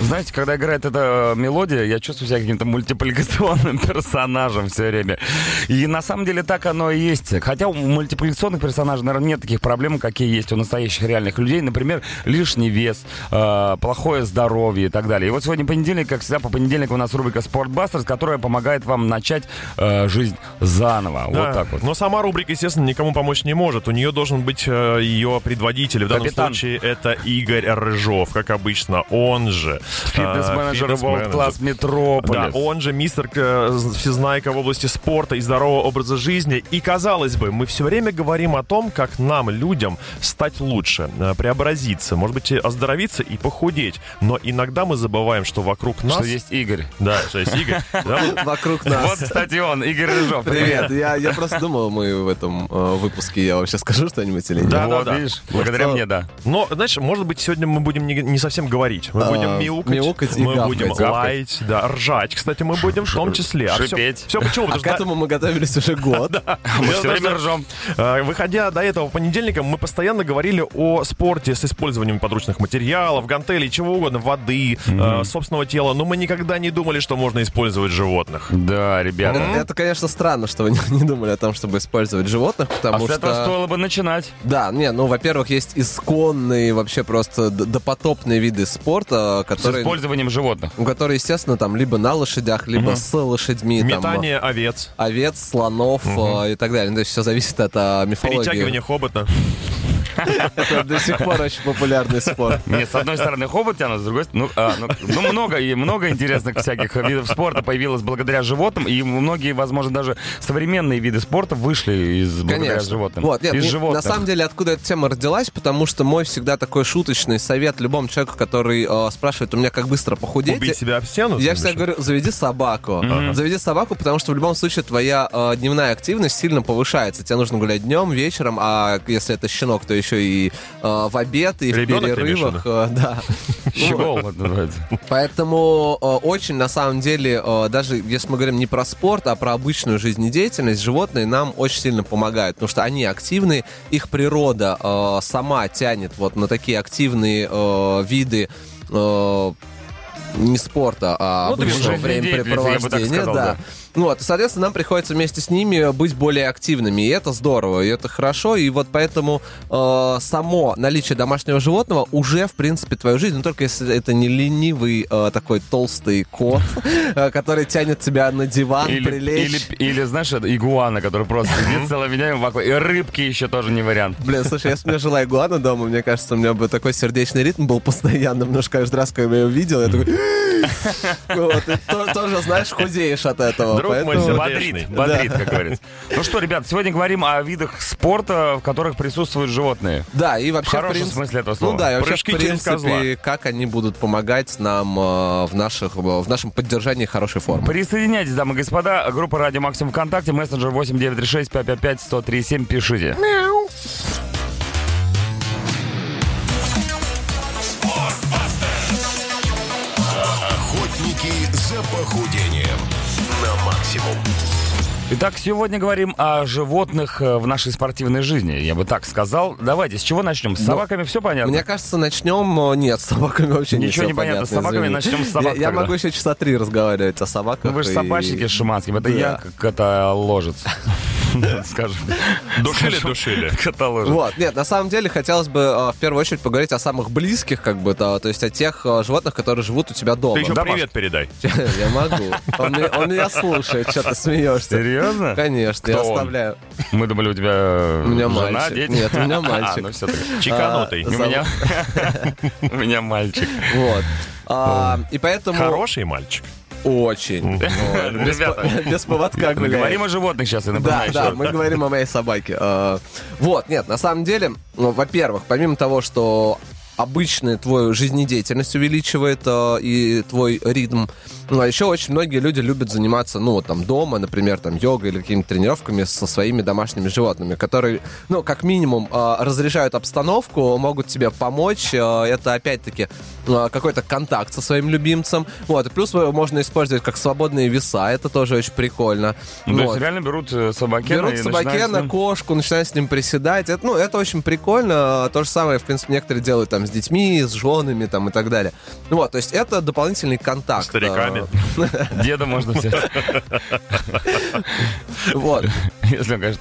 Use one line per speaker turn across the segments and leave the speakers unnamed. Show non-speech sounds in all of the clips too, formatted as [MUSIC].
Знаете, когда играет эта э, мелодия, я чувствую себя каким-то мультипликационным [LAUGHS] персонажем все время. И на самом деле так оно и есть. Хотя у мультипликационных персонажей, наверное, нет таких проблем, какие есть у настоящих реальных людей. Например, лишний вес, э, плохое здоровье и так далее. И вот сегодня понедельник, как всегда, по понедельникам у нас рубрика «Спортбастерс», которая помогает вам начать э, жизнь заново.
Да, Ну,
Вот так вот.
Но сама рубрика, естественно, никому помочь не может. У нее должен быть э, ее предводитель. В данном
Капитан.
случае это Игорь Рыжов, как обычно. Он же э,
Фитнес-менеджер World
фитнес-менеджер.
Class
Да,
Metropolis.
он же мистер э, Всезнайка в области спорта и здорового образа жизни. И, казалось бы, мы все время говорим о том, как нам, людям, стать лучше, э, преобразиться, может быть, и оздоровиться и похудеть. Но иногда мы забываем, что вокруг нас...
Что есть Игорь.
Да, что есть Игорь. Да, вот
Вокруг
Вот,
нас.
кстати, он, Игорь Рыжов.
Привет. Я, я просто думал, мы в этом э, выпуске я вообще скажу что-нибудь или нет. А
Да,
вот,
да, да.
видишь, благодаря
Вот,
мне, да.
Но, знаешь, может быть, сегодня мы будем не, не совсем говорить. Мы
А,
будем мяукать.
мяукать и
мы
гавкать.
будем
Гавкать.
лаять, да, ржать, кстати, мы будем в том числе. А всё-
шипеть.
Всё
А
почему? Потому
к
что
этому мы готовились уже год.
А Мы
Дело в
все
том,
время
что-
ржем.
Э, Выходя до этого понедельника, мы постоянно говорили о спорте с использованием подручных материалов, гантелей, чего угодно, воды, э, собственного тела, но мы никогда не думали, что можно использовать животных.
Да, ребята. А
Это, Э, это, конечно, странно, что вы не, не думали о том, чтобы использовать животных,
А
потому
с этого
что...
стоило бы начинать.
Да, не, ну, во-первых, есть исконные, вообще просто д- допотопные виды спорта,
С
которые,
использованием животных.
ну, которые, естественно, там либо на лошадях, либо с лошадьми. там,
Метание овец,
э, овец, слонов э, и так далее. Ну, То есть все зависит от э, мифологии.
перетягивание хобота.
Это до сих пор очень популярный спорт.
Мне с одной стороны хобот тянут, с другой стороны... Ну, а, ну, ну, много, и много интересных всяких видов спорта появилось благодаря животным, и многие, возможно, даже современные виды спорта вышли из благодаря
Конечно.
животным.
Вот, нет,
из
ну,
животных.
На самом деле, откуда эта тема родилась, потому что мой всегда такой шуточный совет любому человеку, который э, спрашивает у меня, как быстро похудеть.
Убить себя Ну, об стену.
Я
ты
всегда
думаешь?
говорю, заведи собаку. Заведи собаку, потому что в любом случае твоя э, дневная активность сильно повышается. Тебе нужно гулять днем, вечером, а если это щенок, то еще и э, в обед, и
Ребенок, ты
в перерывах. э, [LAUGHS] да.
[LAUGHS] Щегол, вот называется.
Поэтому э, очень, на самом деле, э, даже если мы говорим не про спорт, а про обычную жизнедеятельность, животные нам очень сильно помогают, потому что они активны, их природа э, сама тянет вот на такие активные э, виды э, не спорта, а
Ну,
обычного
движение
времяпрепровождения.
деятельности, я бы так сказал, да.
Ну вот, и, соответственно, нам приходится вместе с ними быть более активными, и это здорово, и это хорошо, и вот поэтому э, само наличие домашнего животного уже, в принципе, твою жизнь, ну только если это не ленивый э, такой толстый кот, э, который тянет тебя на диван,
Или, или,
прилечь.
или, знаешь, это игуана, который просто сидит целыми днями в аквариуме. И рыбки еще тоже не вариант.
Блин, слушай, если бы у меня жила игуана дома, мне кажется, у меня бы такой сердечный ритм был постоянным, потому что каждый раз, когда я ее видел, я такой... Вот, и то- тоже, знаешь, худеешь от этого.
Друг мой,
поэтому-
сердечный.
Бодрит, бодрит, как говорится. Ну что, ребят, сегодня говорим о видах спорта, в которых присутствуют животные.
Да, и вообще,
В хорошем
принцип-
смысле этого слова.
Ну да, и вообще,
Прыжки
в
через
принципе, как они будут помогать нам э, в, наших, в нашем поддержании хорошей формы.
Присоединяйтесь, дамы и господа. Группа «Радио Максим ВКонтакте», мессенджер 8936-555-1037. Пишите.
Охотники за похудением на максимум.
Итак, сегодня говорим о животных э, в нашей спортивной жизни. Я бы так сказал. Давайте, с чего начнем? С собаками все понятно?
Мне кажется, начнем... э, Нет, с собаками вообще не
Ничего
всё
не понятно. С собаками
извини.
начнем с
Я-
собак
Я,
тогда.
могу еще часа три разговаривать о
Ну,
собаках.
вы же
и-
собачники с Шиманским. Это
Да.
я как каталожец. [LAUGHS] Скажем.
Душили,
Скажем,
душили.
Каталожец.
Вот, нет, на самом деле хотелось бы э, в первую очередь поговорить о самых близких, как бы, то, то есть о тех э, животных, которые живут у тебя дома.
Ты еще
Домашка.
привет передай.
[LAUGHS] Я могу. Он, меня- он меня слушает, что ты смеешься.
Серьезно?
Конечно, я
Кто он?
оставляю.
Мы думали, у тебя э,
У меня
жена,
мальчик.
дети.
Нет, у меня
[LAUGHS] А,
мальчик.
ну все таки.
Чеканутый.
А,
У
Зовут-
меня... [LAUGHS] У меня мальчик.
Вот. А, и поэтому...
Хороший мальчик.
Очень. Вот. Без
Ребята,
по- Без поводка
мы
гуляет.
говорим о животных сейчас, я
Да,
напоминаю.
да,
что-
мы говорим о моей собаке. Э, Вот, нет, на самом деле, ну, во-первых, помимо того, что обычная твою жизнедеятельность увеличивает э, и а, твой ритм, э, Ну, а еще очень многие люди любят заниматься, ну, вот там дома, например, там йогой или какими-то тренировками со своими домашними животными, которые, ну, как минимум, э, разрешают обстановку, могут тебе помочь. Э, Это, опять-таки, э, какой-то контакт со своим любимцем. Вот, и плюс его можно использовать как свободные веса, это тоже очень прикольно.
Ну, То
Вот.
есть реально берут э, собакена
Берут
и начинают с
собакена,
ним-
кошку, начинают с ним приседать. Это, ну, это очень прикольно. То же самое, в принципе, некоторые делают там с детьми, с женами там и так далее. Ну Вот, то есть это дополнительный контакт.
Стариками.
Деда можно взять,
Э,
[LAUGHS]
Вот.
если он, конечно,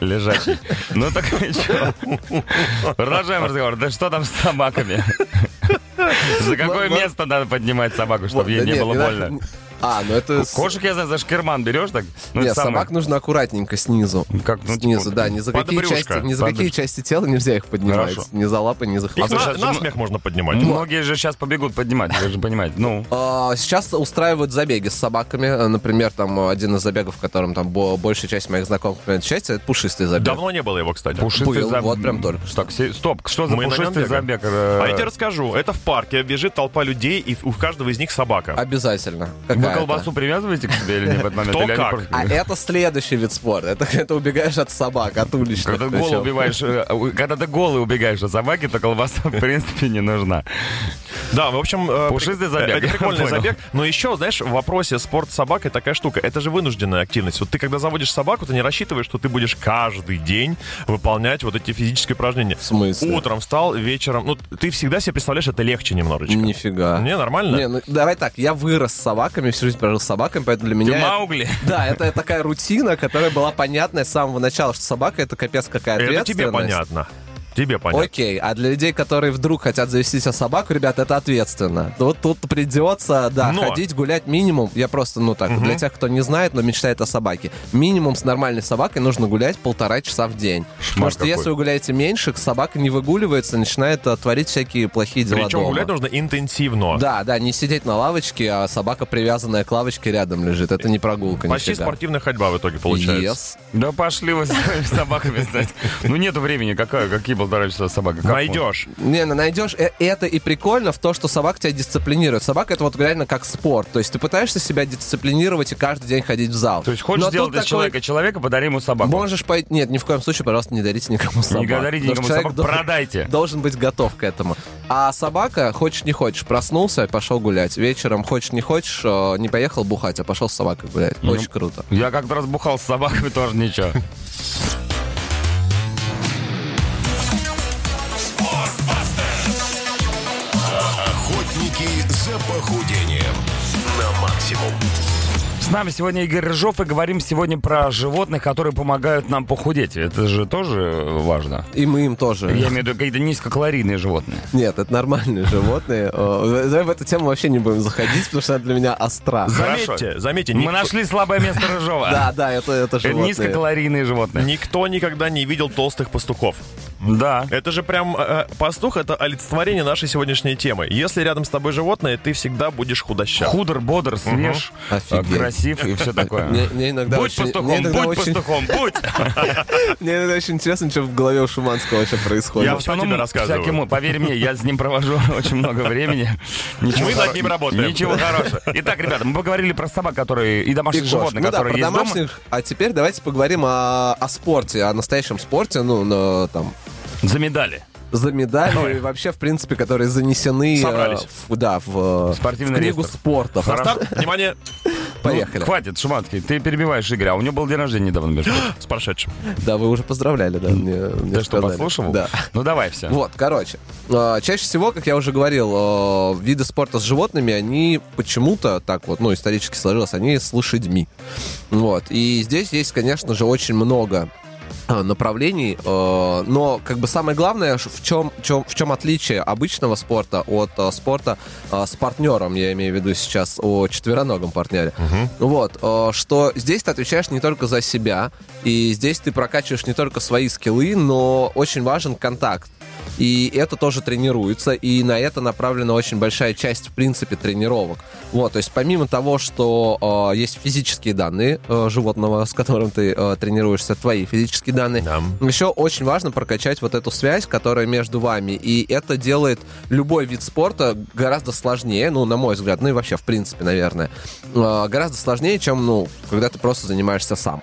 лежачий. Ну так ничего. Продолжаем разговор. Да что там с собаками? За какое
Ну, ну.
место надо поднимать собаку,
Вот,
чтобы ей
да
не
М-м, нет,
было
не надо-
больно?
А, ну это... с-
Кошек, я знаю, за шкирман берешь так? Ну,
Нет,
это самое.
собак нужно аккуратненько снизу.
Как, ну, типа,
снизу, да, ни за
под
какие
брюшко,
части, ни за
под
какие
брюшко.
части тела нельзя их поднимать.
Хорошо.
Ни за лапы, ни за
Их
хвост.
на,
слушай, а
на
ну-
смех можно поднимать.
Многие же сейчас побегут поднимать, вы же понимаете. Ну,
А, Сейчас устраивают забеги с собаками. Э, Например, там э, один из забегов, в котором там бо- большая часть моих знакомых принимает участие, это пушистый забег.
Давно не было его, кстати.
пушистый
был,
забег.
вот прям только что.
Так, се- стоп, что за
Мы на нем
пушистый
бегаем?
забег? э,
А я тебе расскажу. Это в парке. Бежит толпа людей, и у каждого из них
А
собака.
Обязательно.
Вы
Какая-то.
колбасу привязываете к себе или не в этот момент?
Кто
Или они
как?
просто-
А это следующий вид спорта. Это когда ты убегаешь от собак, от уличных.
Когда ты голый
причем.
убиваешь, э, у- когда ты голый убегаешь от собаки, то колбаса [LAUGHS] в принципе не нужна.
Да, в общем... э,
Пушистый
прик-
забег,
э, Это
я
прикольный
понял.
забег. Но еще, знаешь, в вопросе спорт с собакой такая штука. Это же вынужденная активность. Вот ты, когда заводишь собаку, ты не рассчитываешь, что ты будешь каждый день выполнять вот эти физические упражнения.
В смысле?
Утром встал, вечером. Ну, ты всегда себе представляешь, это легче немножечко.
Нифига.
Не, нормально.
Не, ну, давай так, я вырос с собаками, всю жизнь прожил с собаками, поэтому для
Э,
меня...
Ты Маугли?
Да, это такая рутина, которая была понятная с самого начала, что собака это капец какая
это
ответственность.
тебе понятно. Тебе понятно.
Окей, а для людей, которые вдруг хотят завести себе собаку, ребят, это ответственно. Вот тут придется, да,
Но-
ходить, гулять минимум. Я просто, ну так, для тех, кто не знает, но мечтает о собаке. Минимум с нормальной собакой нужно гулять полтора часа в день. Потому что
какой.
если вы гуляете меньше, собака не выгуливается, начинает э, творить всякие плохие дела
Причем
дома.
гулять нужно интенсивно.
Да, да, не сидеть на лавочке, а собака, привязанная к лавочке, рядом лежит. Это не прогулка,
Почти
нифига.
спортивная ходьба в итоге получается.
Yes.
Да пошли вы с своими собаками, кстати. Ну нету времени, какая, какие полтора часа собака. Как
Найдешь.
Не, ну найдешь э- это и прикольно в то, что собака тебя дисциплинирует. Собака это вот реально как спорт. То есть ты пытаешься себя дисциплинировать и каждый день ходить в зал.
можно? То есть хочешь
Но тут
сделать из
такой-
человека человека, подари ему собаку.
Можешь пойти. Нет, ни в коем случае, пожалуйста, не дарите никому собаку.
Не дарите
Потому
никому
что человек
собаку,
должен-
продайте.
Должен быть готов к этому. А собака, хочешь не хочешь, проснулся и пошел гулять. Вечером, хочешь не хочешь, э, не поехал бухать, а пошел с собакой гулять. Очень круто.
Я как-то разбухал с собаками, тоже ничего.
Охотники за похудением на максимум.
С нами сегодня Игорь Рыжов, и говорим сегодня про животных, которые помогают нам похудеть. Это же тоже важно.
И мы им тоже.
Я имею в виду какие-то низкокалорийные животные.
Нет, это нормальные животные. Э, Давай в эту тему вообще не будем заходить, потому что она для меня остра.
Хорошо.
Заметьте, заметьте,
Мы
никто-
нашли слабое место [LAUGHS] Рыжова.
Да, да, это, это
Это
животные.
низкокалорийные животные.
Никто никогда не видел толстых пастухов.
Да.
Это же прям э, пастух это олицетворение нашей сегодняшней темы. Если рядом с тобой животное, ты всегда будешь худощав.
Худр, бодр, свеж, э,
Офигеть.
красив и
Мне,
все такое.
мне иногда
Будь
очень,
пастухом,
мне иногда
будь
очень-
пастухом, [LAUGHS] будь!
мне иногда очень интересно, что в голове у Шуманского вообще происходит.
Я- всё тебе рассказываю.
всяким- поверь мне, я с ним провожу [LAUGHS] очень много времени. Ничего
Мы над ним работаем.
Ничего хорошего. Итак, ребята, мы поговорили про собак, которые и
И
домашних
кошек.
животных,
ну да,
которые
про
есть дома.
домашних. А теперь давайте поговорим о, о спорте, о настоящем спорте, ну, на- там,
За медали.
за медали и вообще, в принципе, которые занесены э,
Собрались.
в, да, в, э,
Спортивный
в книгу
реестр.
спорта.
Старт, внимание,
Поехали.
Ну, Хватит, Шуманский, ты перебиваешь Игоря. А У него был день рождения недавно, между
[GASPS]
прочим.
с прошедшим.
Да, вы уже поздравляли, да, мне, мне
Ты что,
сказали.
подслушивал?
Да.
Ну давай все.
Вот, короче, э, чаще всего, как я уже говорил, э, виды спорта с животными, они почему-то так вот, ну, исторически сложилось, они с лошадьми. Вот, и здесь есть, конечно же, очень много э, направлений, э, но как бы самое главное, ш- в чем, чем- в чем отличие обычного спорта от э, спорта э, с партнером, я имею в виду сейчас о четвероногом партнере, вот, э, что здесь ты отвечаешь не только за себя, и здесь ты прокачиваешь не только свои скиллы, но очень важен контакт. И это тоже тренируется, и на это направлена очень большая часть, в принципе, тренировок. Вот, то есть помимо того, что э, есть физические данные э, животного, с которым ты э, тренируешься, твои физические данные,
Да.
еще очень важно прокачать вот эту связь, которая между вами. И это делает любой вид спорта гораздо сложнее, ну, на мой взгляд, ну и вообще, в принципе, наверное, э, гораздо сложнее, чем, ну, когда ты просто занимаешься сам.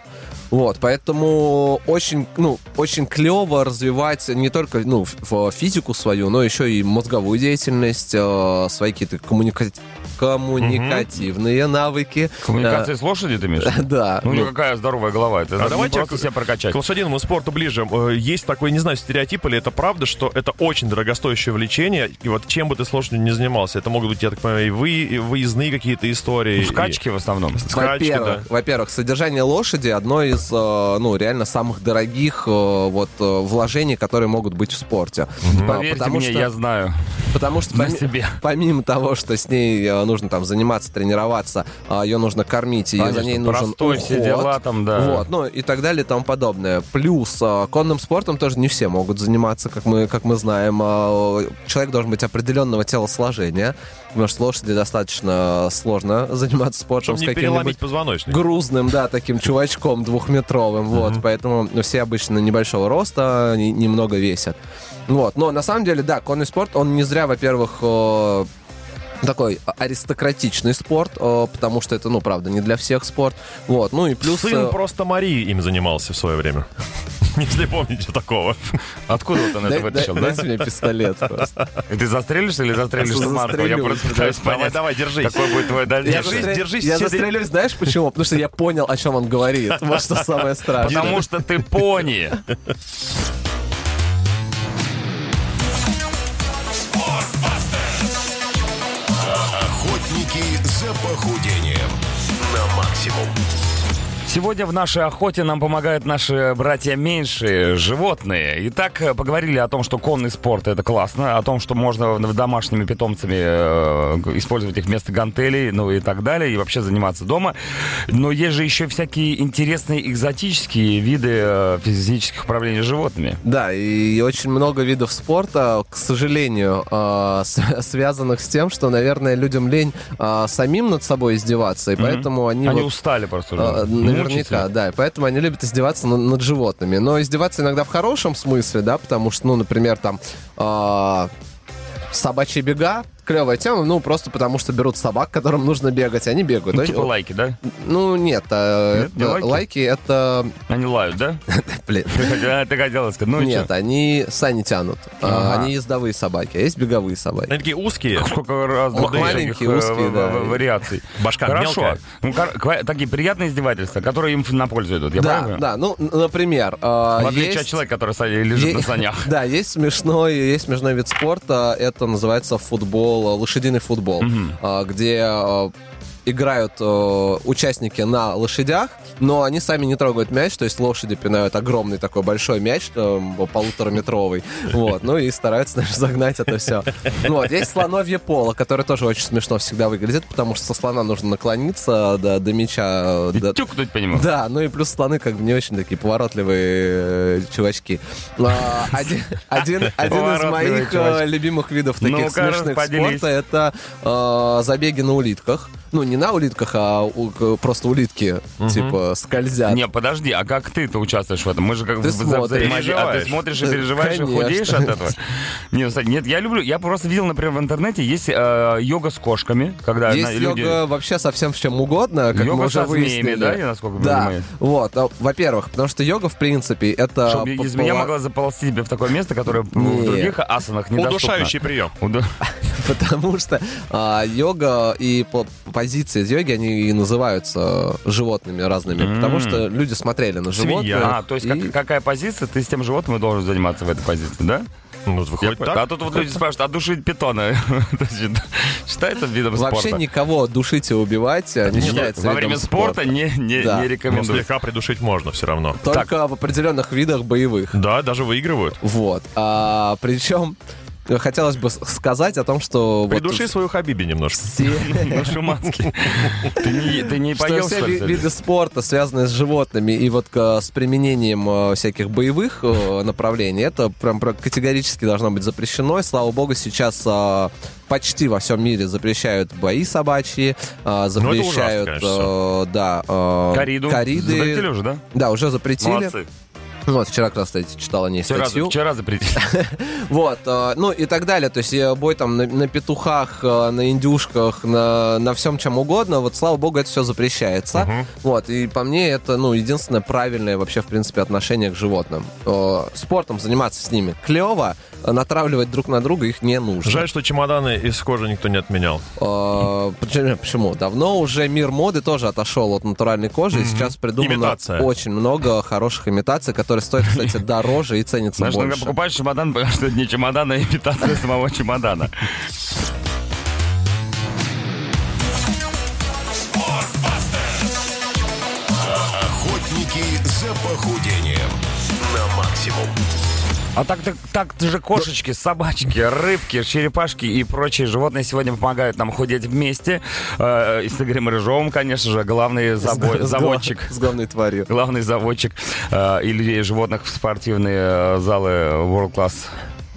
Вот, поэтому очень, ну, очень клево развивать не только, ну, ф- в физику свою, но еще и мозговую деятельность, э, свои какие-то коммуника- коммуникативные навыки.
Коммуникации с лошадью ты имеешь?
Э, [LAUGHS] Да.
Ну, у неё какая здоровая голова. Это
А
надо не
давайте
просто
к-
себя прокачать.
К лошадиному спорту ближе. Э, Есть такой, не знаю, стереотип или это правда, что это очень дорогостоящее влечение, и вот чем бы ты с лошадью не занимался, это могут быть, я так понимаю, и, вы, и выездные какие-то истории. и-
Ну, Скачки в основном.
Скачки,
Во-первых,
да.
во-первых, содержание лошади одно из, э, ну, реально самых дорогих э, вот э, вложений, которые могут быть в спорте. Э,
Ну, Поверьте
потому
мне,
что-
я знаю.
Потому что
На
поми-
себе.
помимо того, что с ней э, нужно там заниматься, тренироваться, ее нужно кормить, ее за
[LAUGHS] Конечно,
ней нужен
простой все
уход.
дела там, да.
Вот, ну и так далее и тому подобное. Плюс э, конным спортом тоже не все могут заниматься, как мы, как мы знаем. Э, Человек должен быть определенного телосложения, потому что лошади достаточно сложно заниматься спортом
Чтобы
с
не
каким-нибудь
переломить позвоночник.
грузным, да, таким чувачком двухметровым, вот, поэтому ну, все обычно небольшого роста, не- немного весят, вот, но на самом деле, да, конный спорт, он не зря, во-первых, э, такой аристократичный спорт, э, потому что это, ну, правда, не для всех спорт, вот, ну и плюс...
Сын
э,
просто Марии им занимался в свое время. [LAUGHS] Если помните такого.
Откуда вот он
дай-
это
дай-
вытащил, да?
дайте мне пистолет просто.
И Ты застрелишься или застрелишь
Застрелюсь,
Самарку? Я просто пытаюсь
Давай,
понять,
давай, держись.
какой будет твой
Я
дальнейший...
Держись,
застрелю-
держись,
Я
все-
застрелюсь, знаешь почему? Потому что я понял, о чем он говорит. Вот что самое страшное.
Потому что ты пони.
Охотники за похудением на максимум.
Сегодня в нашей охоте нам помогают наши братья меньшие, животные. Итак, э, поговорили о том, что конный спорт это классно, о том, что можно в- домашними питомцами э, г- использовать их вместо гантелей, ну и так далее, и вообще заниматься дома. Но есть же еще всякие интересные экзотические виды э, физических управлений животными.
Да, и очень много видов спорта, к сожалению, э, [LAUGHS] с- связанных с тем, что, наверное, людям лень э, самим над собой издеваться, и поэтому они...
Они
вот,
устали просто уже.
э,
мучаются.
Наверняка, да. и Поэтому они любят издеваться на- над животными. Но издеваться иногда в хорошем смысле, да, потому что, ну, например, там э, собачьи бега клевая тема, ну, просто потому что берут собак, которым нужно бегать, и они бегают.
Ну,
То есть,
типа лайки, да?
ну, нет, э,
Нет, не
э,
лайки?
лайки это... [LAUGHS]
Они лают, да? [LAUGHS]
Блин,
Ты хотя- ты хотела сказать, ну и
Нет,
чё?
они сани тянут. А,
Ага.
Они ездовые собаки, а есть беговые собаки.
Они такие узкие.
Сколько разных
Маленькие,
всяких, э,
узкие,
в-
да.
в- вариаций.
Башка
Хорошо.
мелкая.
Ну, кор- ква- такие приятные издевательства, которые им на пользу идут. Я
да,
правильно?
да. Ну, н- например, э,
В отличие от
есть...
человека, который са- лежит
е- [LAUGHS]
на санях.
Да, есть смешной, есть смешной вид спорта. Это называется футбол, э, лошадиный футбол, э, где э, играют э, участники на лошадях, но они сами не трогают мяч, то есть лошади пинают огромный такой большой мяч, э,
[LAUGHS]
полутораметровый, вот, ну и стараются даже загнать это все. Вот, есть слоновье поло, которое тоже очень смешно всегда выглядит, потому что со слона нужно наклониться до, до мяча, э,
И
до-
тюкнуть по нему.
да, ну и плюс слоны как бы не очень такие поворотливые э, чувачки. А,
[LAUGHS]
Один один- один из
Поворотливые
моих э,
чувачки.
любимых видов
Ну-ка,
таких смешных
распределись.
спорта это э, забеги на улитках. Ну, не на улитках, а у- к- просто улитки, типа, скользят.
Не, подожди, а как ты-то участвуешь в этом? Мы же как
Ты
бы за-
смотришь.
взаимодействие. А ты
Переживаешь.
смотришь и
Да,
переживаешь, и
конечно.
худеешь
[LAUGHS]
от этого? Не, ну, кстати, Нет, я люблю. Я просто видел, например, в интернете есть э, йога с кошками, когда на-
Есть
э, люди...
йога вообще совсем в чем угодно, как
Йога
мы
со
уже
змеями,
выяснили.
да, я насколько
Да,
понимаю?
вот. а, Во-первых, потому что йога, в принципе, это...
Чтобы
по-
из меня
пола-
могла заползти тебе в такое место, которое в
Не.
других асанах недоступно.
Удушающий прием.
Уду-
[LAUGHS] Потому что а, йога и по- позиции из йоги, они и называются животными разными. Потому что люди смотрели на
Свинья.
животных.
А, то есть как-
и-
какая позиция, ты с тем животным и должен заниматься в этой позиции, да?
Ну, вот
Я
выходит
понял.
так.
А тут вот люди спрашивают, а душить питона [LAUGHS] это счит- считается видом
Вообще
спорта?
никого душить и убивать а, не
Нет,
считается
Во
видом
время спорта не, не,
Да.
не
Но
рекомендую.
слегка придушить можно все равно.
Только в определенных видах боевых.
Да, даже выигрывают.
Вот. А, причем хотелось бы с- сказать о том, что... вот
Придуши свою Хабиби немножко.
все- [LAUGHS]
Ну, Шуманский. Ты не, ты не
что
поел,
все
что ли?
ви- виды спорта, связанные с животными и вот э, с применением э, всяких боевых э, направлений, это прям про- категорически должно быть запрещено. И, слава богу, сейчас э, почти во всем мире запрещают бои собачьи,
Ну,
э, запрещают,
ужасно, конечно.
э, да, э,
Кориду.
кориды.
Запретили уже, да?
Да, уже запретили.
Молодцы.
Ну, вот вчера, как раз, кстати, читала не
Вчера,
статью.
вчера запретили.
Вот, э, ну и так далее. То есть э, бой там на, на петухах, э, на индюшках, на, на всем чем угодно. Вот, слава богу, это все запрещается. Вот, и по мне это, ну, единственное правильное вообще, в принципе, отношение к животным. Э, Спортом заниматься с ними клево, э, натравливать друг на друга их не нужно.
Жаль, что чемоданы из кожи никто не отменял.
Э, Почему? почему? Давно уже мир моды тоже отошел от натуральной кожи, и сейчас придумано
Имитация.
очень много хороших имитаций, которые стоят, кстати, дороже и ценятся
Знаешь, ну, иногда
больше.
покупаешь чемодан, [LAUGHS] потому что это не чемодан, а имитация самого чемодана.
Охотники за похудением на максимум.
А так, так, так же кошечки, собачки, рыбки, черепашки и прочие животные сегодня помогают нам худеть вместе. Э, и с Игорем Рыжовым, конечно же, главный забо-
С глав-
заводчик.
С главной тварью.
Главный заводчик э, и людей и животных в спортивные э, залы World Class.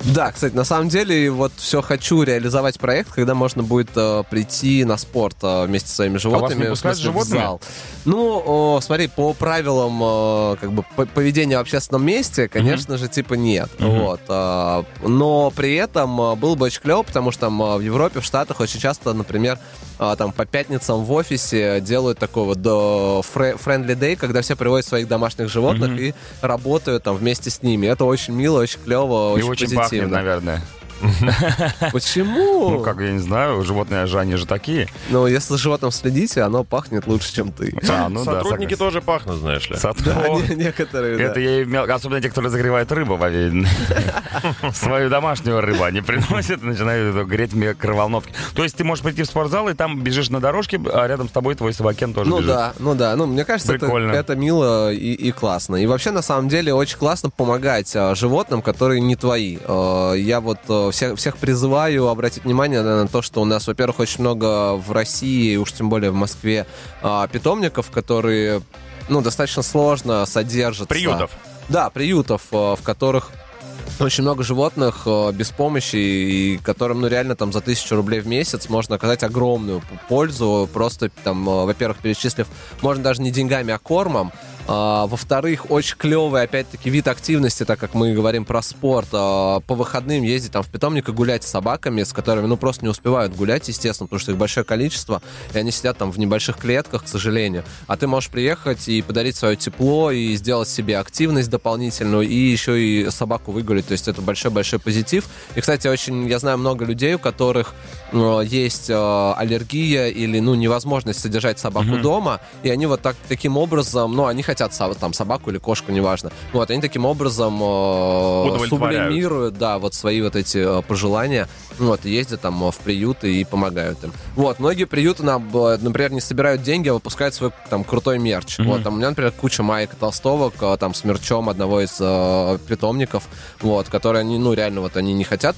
Да, кстати, на самом деле, вот все хочу реализовать проект, когда можно будет э, прийти на спорт э, вместе со своими животными.
А не
в
пускают с
смысле, в
животными?
зал. Ну, о, смотри, по правилам э, как бы по- поведения в общественном месте, конечно же, типа нет. Вот, э, но при этом э, было бы очень клево, потому что там э, в Европе, в Штатах очень часто, например, э, там по пятницам в офисе делают такой вот э, фре- friendly day, когда все приводят своих домашних животных и работают там вместе с ними. Это очень мило, очень клево, очень,
и очень пахнет,
позитивно.
наверное.
[LAUGHS] Почему?
Ну, как, я не знаю, животные же, они же такие.
Ну, если за животным следите, оно пахнет лучше, чем
[LAUGHS]
ты.
А, ну да,
Сотрудники
согласен.
тоже пахнут, знаешь ли.
Сот-
[LAUGHS] Да,
О,
не- некоторые, да.
Это я имел, особенно те, кто разогревает рыбу в Авелине. [LAUGHS] Свою домашнюю рыбу они [LAUGHS] приносят и начинают её греть в микроволновке. То есть ты можешь прийти в спортзал, и там бежишь на дорожке, а рядом с тобой твой собакен тоже
Ну
бежит.
да, ну да. Ну, мне кажется, это,
Прикольно.
это мило и, и классно. И вообще, на самом деле, очень классно помогать а, животным, которые не твои. Э, я вот э, всех, всех призываю обратить внимание на, на то, что у нас, во-первых, очень много в России, и уж тем более в Москве, а, питомников, которые, ну, достаточно сложно содержатся.
Приютов.
Да, приютов, э, в которых очень много животных э, без помощи, и которым, ну, реально там за тысячу рублей в месяц можно оказать огромную п- пользу, просто там, э, во-первых, перечислив, можно даже не деньгами, а кормом, А, во-вторых, очень клевый, опять-таки, вид активности, так как мы говорим про спорт, а, по выходным ездить там в питомник и гулять с собаками, с которыми, ну, просто не успевают гулять, естественно, потому что их большое количество, и они сидят там в небольших клетках, к сожалению. А ты можешь приехать и подарить свое тепло, и сделать себе активность дополнительную, и еще и собаку выгулить. То есть это большой-большой позитив. И, кстати, очень, я знаю много людей, у которых э, есть э, аллергия или, ну, невозможность содержать собаку дома, и они вот так, таким образом, ну, они хотят со- там собаку или кошку, неважно. Ну, Вот, они таким образом э,
Удовлетворяют.
сублимируют, да, вот свои вот эти э, пожелания, Ну, вот, и ездят там э, в приюты и помогают им. Вот, многие приюты, нам, э, например, не собирают деньги, а выпускают свой там крутой мерч. Вот, там у меня, например, куча маек и толстовок, э, там, с мерчом одного из э, питомников, вот, которые они, ну, реально, вот, они не хотят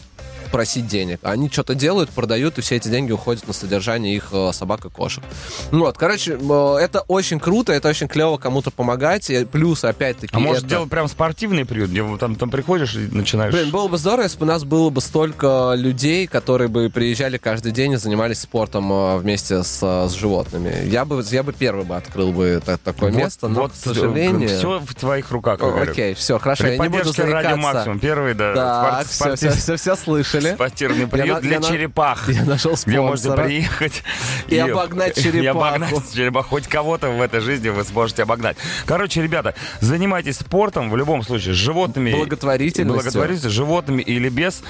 просить денег. Они что-то делают, продают, и все эти деньги уходят на содержание их э, собак и кошек. Ну Вот, короче, э, это очень круто, это очень клево кому-то помогать, и плюс, опять-таки,
А может,
это-
делать прям спортивный приют, где вот там, там приходишь и начинаешь...
Блин, было бы здорово, если бы у нас было бы столько людей, которые бы приезжали каждый день и занимались спортом э, вместе с, э, с животными. Я бы, я бы первый бы открыл бы та- такое место, но, к сожалению...
Все в твоих руках,
О,
я говорю.
Окей, все, хорошо,
При
я не буду
поддержке
зарекаться.
радио максимум. э, Первый, да.
Так,
спорт-
все,
спортив-
все, все, слышали.
Спортивный
Я
приют
на-
для
я на-
черепах.
Я нашел
Где можно
спонсора.
приехать
И обогнать
[LAUGHS] И
черепаху.
обогнать черепаху. Хоть кого-то в этой жизни вы сможете обогнать. Короче, ребята, занимайтесь спортом в любом случае. С животными.
Благотворительностью.
Благотворительностью. С животными или без.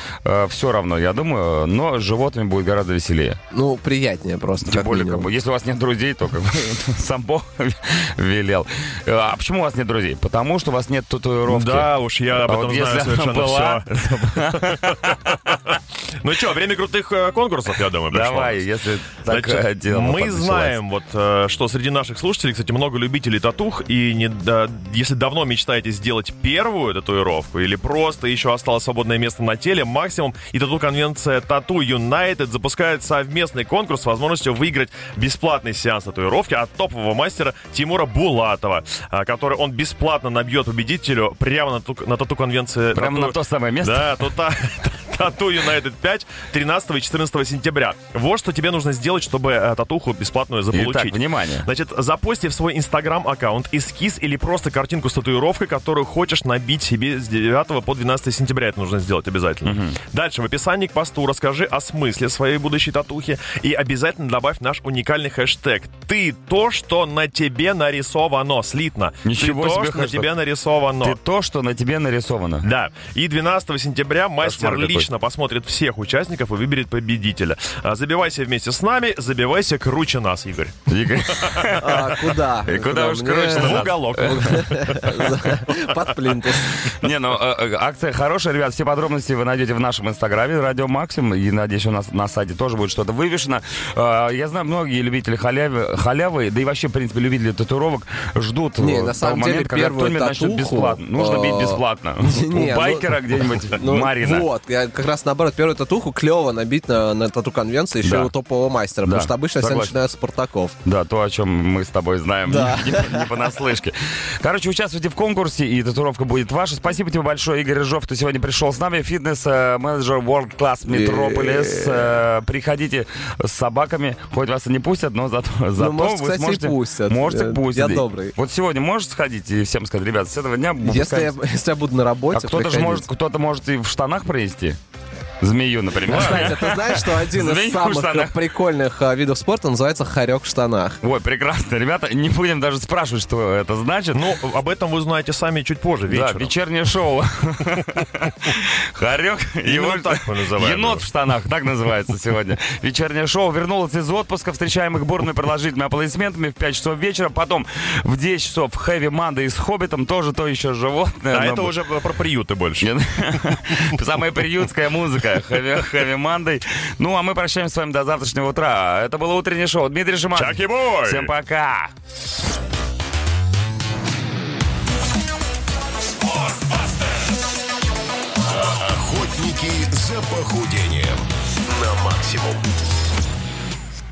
все равно, я думаю. Но с животными будет гораздо веселее.
Ну, приятнее просто,
Тем
как
более,
минимум.
как бы, если у вас нет друзей, то как бы, [LAUGHS] сам Бог велел. Э, А почему у вас нет друзей? Потому что у вас нет татуировки.
Да уж, я об
А
этом
вот
знаю
если она
совершенно
была,
все. Ну что, время крутых э, конкурсов, я думаю, пришло.
Давай, если
Значит,
такое дело
мы
началось.
знаем, вот, э, что среди наших слушателей, кстати, много любителей татух, и не, да, если давно мечтаете сделать первую татуировку, или просто еще осталось свободное место на теле, максимум, и тату-конвенция Тату United запускает совместный конкурс с возможностью выиграть бесплатный сеанс татуировки от топового мастера Тимура Булатова, э, который он бесплатно набьет победителю прямо на, тату- на тату-конвенции.
Прямо на
тату-
то самое место?
да, тут та- [LAUGHS] Тату United 5 13 и 14 сентября. Вот что тебе нужно сделать, чтобы э, татуху бесплатную заполучить.
Итак, внимание.
Значит, запости в свой инстаграм-аккаунт эскиз или просто картинку с татуировкой, которую хочешь набить себе с 9 по 12 сентября. Это нужно сделать обязательно. Дальше, в описании к посту расскажи о смысле своей будущей татухи и обязательно добавь наш уникальный хэштег. Ты то, что на тебе нарисовано, слитно.
Ничего
Ты то,
себе
что на
хэштег.
тебе нарисовано.
Ты то, что на тебе нарисовано.
Да. И 12 сентября мастер
Кошмар какой.
лично посмотрит всех участников и выберет победителя. А, Забивайся вместе с нами, забивайся круче нас, Игорь.
Игорь,
А, куда?
И куда уж
мне-
круче,
В
[LAUGHS]
да. Э.
уголок.
Под плинтус.
Не, ну, э, э, акция хорошая, ребят. Все подробности вы найдете в нашем инстаграме Радио Максим. И, надеюсь, у нас на сайте тоже будет что-то вывешено. Э, Я знаю, многие любители халявы, халявы, да и вообще, в принципе, любители татуировок ждут
Не,
э,
на
того
самом деле,
момента, когда
первую
кто-нибудь начнет
татуху,
бесплатно. Нужно
э,
бить бесплатно.
[LAUGHS] не,
У
ну-
байкера где-нибудь
Ну,
Марина.
Вот, я как раз наоборот, первую татуху клево набить на, на тату-конвенции еще
Да.
у топового мастера,
Да,
потому что обычно все
согласен.
начинают с Спартаков.
Да, то, о чем мы с тобой знаем,
Да.
не, не- не понаслышке. Короче, участвуйте в конкурсе, и татуировка будет ваша. Спасибо тебе большое, Игорь Рыжов, ты сегодня пришел с нами. Фитнес-менеджер World Class Metropolis. Э, Приходите с собаками, хоть вас и не пустят, но зато, зато
Ну, может,
вы
кстати, и
сможете...
пустят. Э,
Можете
Я-
пустят.
я добрый.
Вот сегодня можешь сходить и всем сказать, ребят, Ну, с этого дня...
Если я,
выпускаем-
если я буду на
А
работе,
кто-то же
приходите.
может, кто-то может и в штанах принести. Змею, например.
Кстати, ты знаешь, что один
Змеи
из
в
самых
штанах.
прикольных а, видов спорта называется хорек в штанах.
Ой, прекрасно. Ребята, не будем даже спрашивать, что это значит.
Ну, об этом вы узнаете сами чуть позже,
Да,
вечером.
вечернее [LAUGHS] шоу. Харек.
Именно
его-
так мы называем его.
Енот в штанах, так называется сегодня. Вечернее шоу вернулось из отпуска. Встречаем их бурными продолжительными аплодисментами в 5 часов вечера. Потом в 10 часов Хэви Манда и с Хоббитом. Тоже то еще животное.
А
но [LAUGHS]
это уже про приюты больше.
Нет. Самая приютская музыка. Хэви- Хэви Мандой. Ну, а мы прощаемся с вами до завтрашнего утра. Это было утреннее шоу. Дмитрий Шиман.
Чаки-бой!
Всем пока.
Охотники за похудением на максимум.